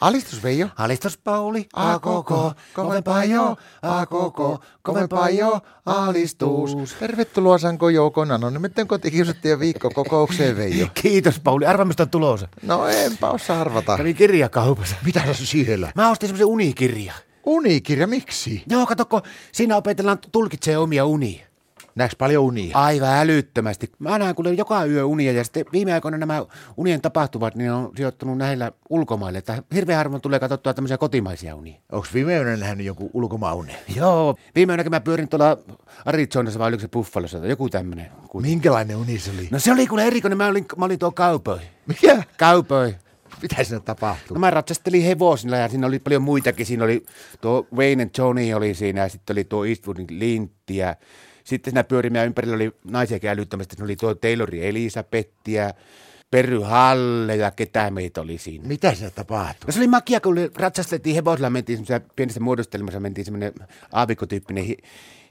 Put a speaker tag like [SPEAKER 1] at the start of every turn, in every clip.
[SPEAKER 1] Alistus Veijo.
[SPEAKER 2] Alistus Pauli, a koko, kovempaa jo, a koko, kovempaa jo, alistus.
[SPEAKER 1] Tervetuloa Sanko Joukon Anonymitten kotikiusattujen viikkokokoukseen Veijo.
[SPEAKER 2] Kiitos Pauli, arva mistä on tulossa.
[SPEAKER 1] No enpä osaa arvata.
[SPEAKER 2] Kävin kirjakaupassa.
[SPEAKER 1] Mitä sä siellä?
[SPEAKER 2] Mä ostin semmoisen unikirja.
[SPEAKER 1] Unikirja, miksi?
[SPEAKER 2] Joo, katokko, siinä opetellaan tulkitsee omia unia.
[SPEAKER 1] Näks paljon unia?
[SPEAKER 2] Aivan älyttömästi. Mä näen kuule joka yö unia ja sitten viime aikoina nämä unien tapahtumat niin on sijoittunut näillä ulkomaille. Että hirveän harvoin tulee katsottua tämmöisiä kotimaisia unia.
[SPEAKER 1] Onks viime yönä nähnyt joku ulkomaunen?
[SPEAKER 2] Joo. Viime yönä kun mä pyörin tuolla Arizonassa vai oliko se Buffalossa tai joku tämmöinen.
[SPEAKER 1] Minkälainen uni se oli?
[SPEAKER 2] No se oli kuule erikoinen. Mä olin, mä olin tuo cowboy.
[SPEAKER 1] Mikä?
[SPEAKER 2] Cowboy.
[SPEAKER 1] Mitä sinne tapahtuu?
[SPEAKER 2] No mä ratsastelin hevosilla ja siinä oli paljon muitakin. Siinä oli tuo Wayne and Johnny oli siinä ja sitten oli tuo Eastwoodin Lintti ja sitten siinä pyörimään ympärillä oli naisiakin älyttömästi. Siinä oli tuo Taylori Elisabetti ja Perry Halle ja ketä meitä oli siinä.
[SPEAKER 1] Mitä sinne tapahtuu?
[SPEAKER 2] No se oli makia, kun ratsasteltiin hevosilla, mentiin semmoisessa pienessä muodostelmassa, mentiin semmoinen aavikkotyyppinen hi-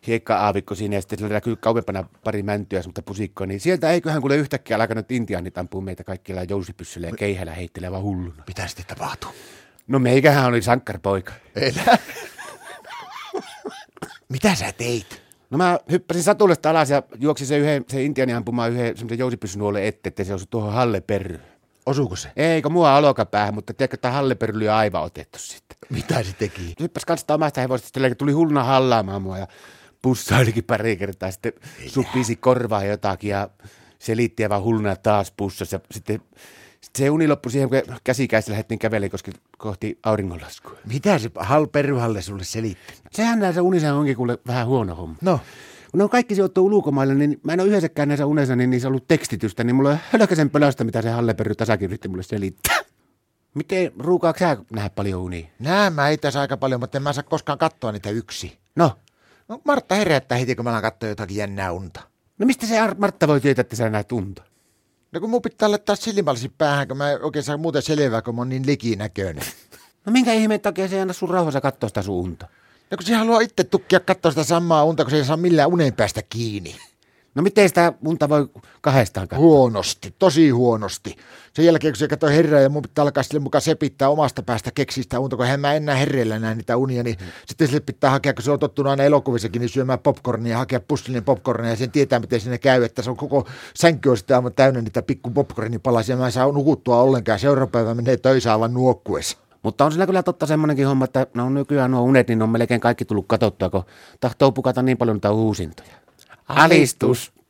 [SPEAKER 2] hiekka-aavikko siinä ja sitten sillä näkyy kauempana pari mäntyä semmoista pusikkoa, niin sieltä eiköhän kuule yhtäkkiä alkanut intiaanit ampua meitä kaikilla jousipyssyllä ja keihällä heittelevä hulluna.
[SPEAKER 1] Mitä sitten tapahtuu?
[SPEAKER 2] No meikähän oli sankkarpoika.
[SPEAKER 1] Elä. Mitä sä teit?
[SPEAKER 2] No mä hyppäsin satulesta alas ja juoksin se, yhden, se intiani ampumaan yhden semmoisen jousipyssynuolen ette, ettei se osu tuohon halleperryyn.
[SPEAKER 1] Osuuko se?
[SPEAKER 2] Eikö mua olokapäähän, mutta tiedätkö, tämä halleperry oli aivan otettu sitten.
[SPEAKER 1] Mitä se teki?
[SPEAKER 2] Hyppäs kanssa sitä omasta hevosesta, sillä tuli hulluna hallaamaan mua ja pussailikin pari kertaa. Sitten supisi korvaa jotakin ja selitti aivan hulluna taas pussassa. Sitten, sitten se uni loppui siihen, kun käsikäistä lähdettiin kävelemään koski- kohti auringonlaskua.
[SPEAKER 1] Mitä se hal perryhalle sulle selitti?
[SPEAKER 2] Sehän näissä unissa onkin kuule vähän huono homma.
[SPEAKER 1] No,
[SPEAKER 2] Kun ne on kaikki sijoittuu ulkomaille, niin mä en ole yhdessäkään näissä unessa, niin niissä ollut tekstitystä, niin mulla on hölkäsen pölästä, mitä se Halleperry tasakin yritti mulle selittää. Miten ruukaako sä nähdä paljon unia?
[SPEAKER 1] nää mä itse asiassa aika paljon, mutta en mä saa koskaan katsoa niitä yksi.
[SPEAKER 2] No,
[SPEAKER 1] No, Martta herättää heti, kun mä alan katsoa jotakin jännää unta.
[SPEAKER 2] no mistä se Ar- Martta voi tietää, että sä näet unta?
[SPEAKER 1] No kun mun pitää laittaa silmälasit päähän, kun mä en oikein saa muuta selvää, kun mä oon niin likinäköinen.
[SPEAKER 2] No minkä ihmeen takia se ei anna sun rauhassa katsoa sitä sun unta?
[SPEAKER 1] No kun se haluaa itse tukkia katsoa sitä samaa unta, kun se ei saa millään unen päästä kiinni.
[SPEAKER 2] No miten sitä unta voi kahdestaan katsoa?
[SPEAKER 1] Huonosti, tosi huonosti. Sen jälkeen, kun se katsoi herää ja mun pitää alkaa sille mukaan sepittää omasta päästä keksistä unta, kun hän mä enää herreillä näe niitä unia, niin mm. sitten sille pitää hakea, kun se on tottunut aina elokuvissakin, niin syömään popcornia ja hakea pussillinen popcornia ja sen tietää, miten siinä käy, että se on koko sänky on sitten aivan täynnä niitä pikku popcornipalasia ja mä en saa nukuttua ollenkaan. Seuraava päivä menee töissä aivan nuokkuessa.
[SPEAKER 2] Mutta on sillä kyllä totta semmoinenkin homma, että no nykyään nuo unet, niin ne on melkein kaikki tullut katsottua, kun tahtoo pukata niin paljon noita uusintoja. Alistus!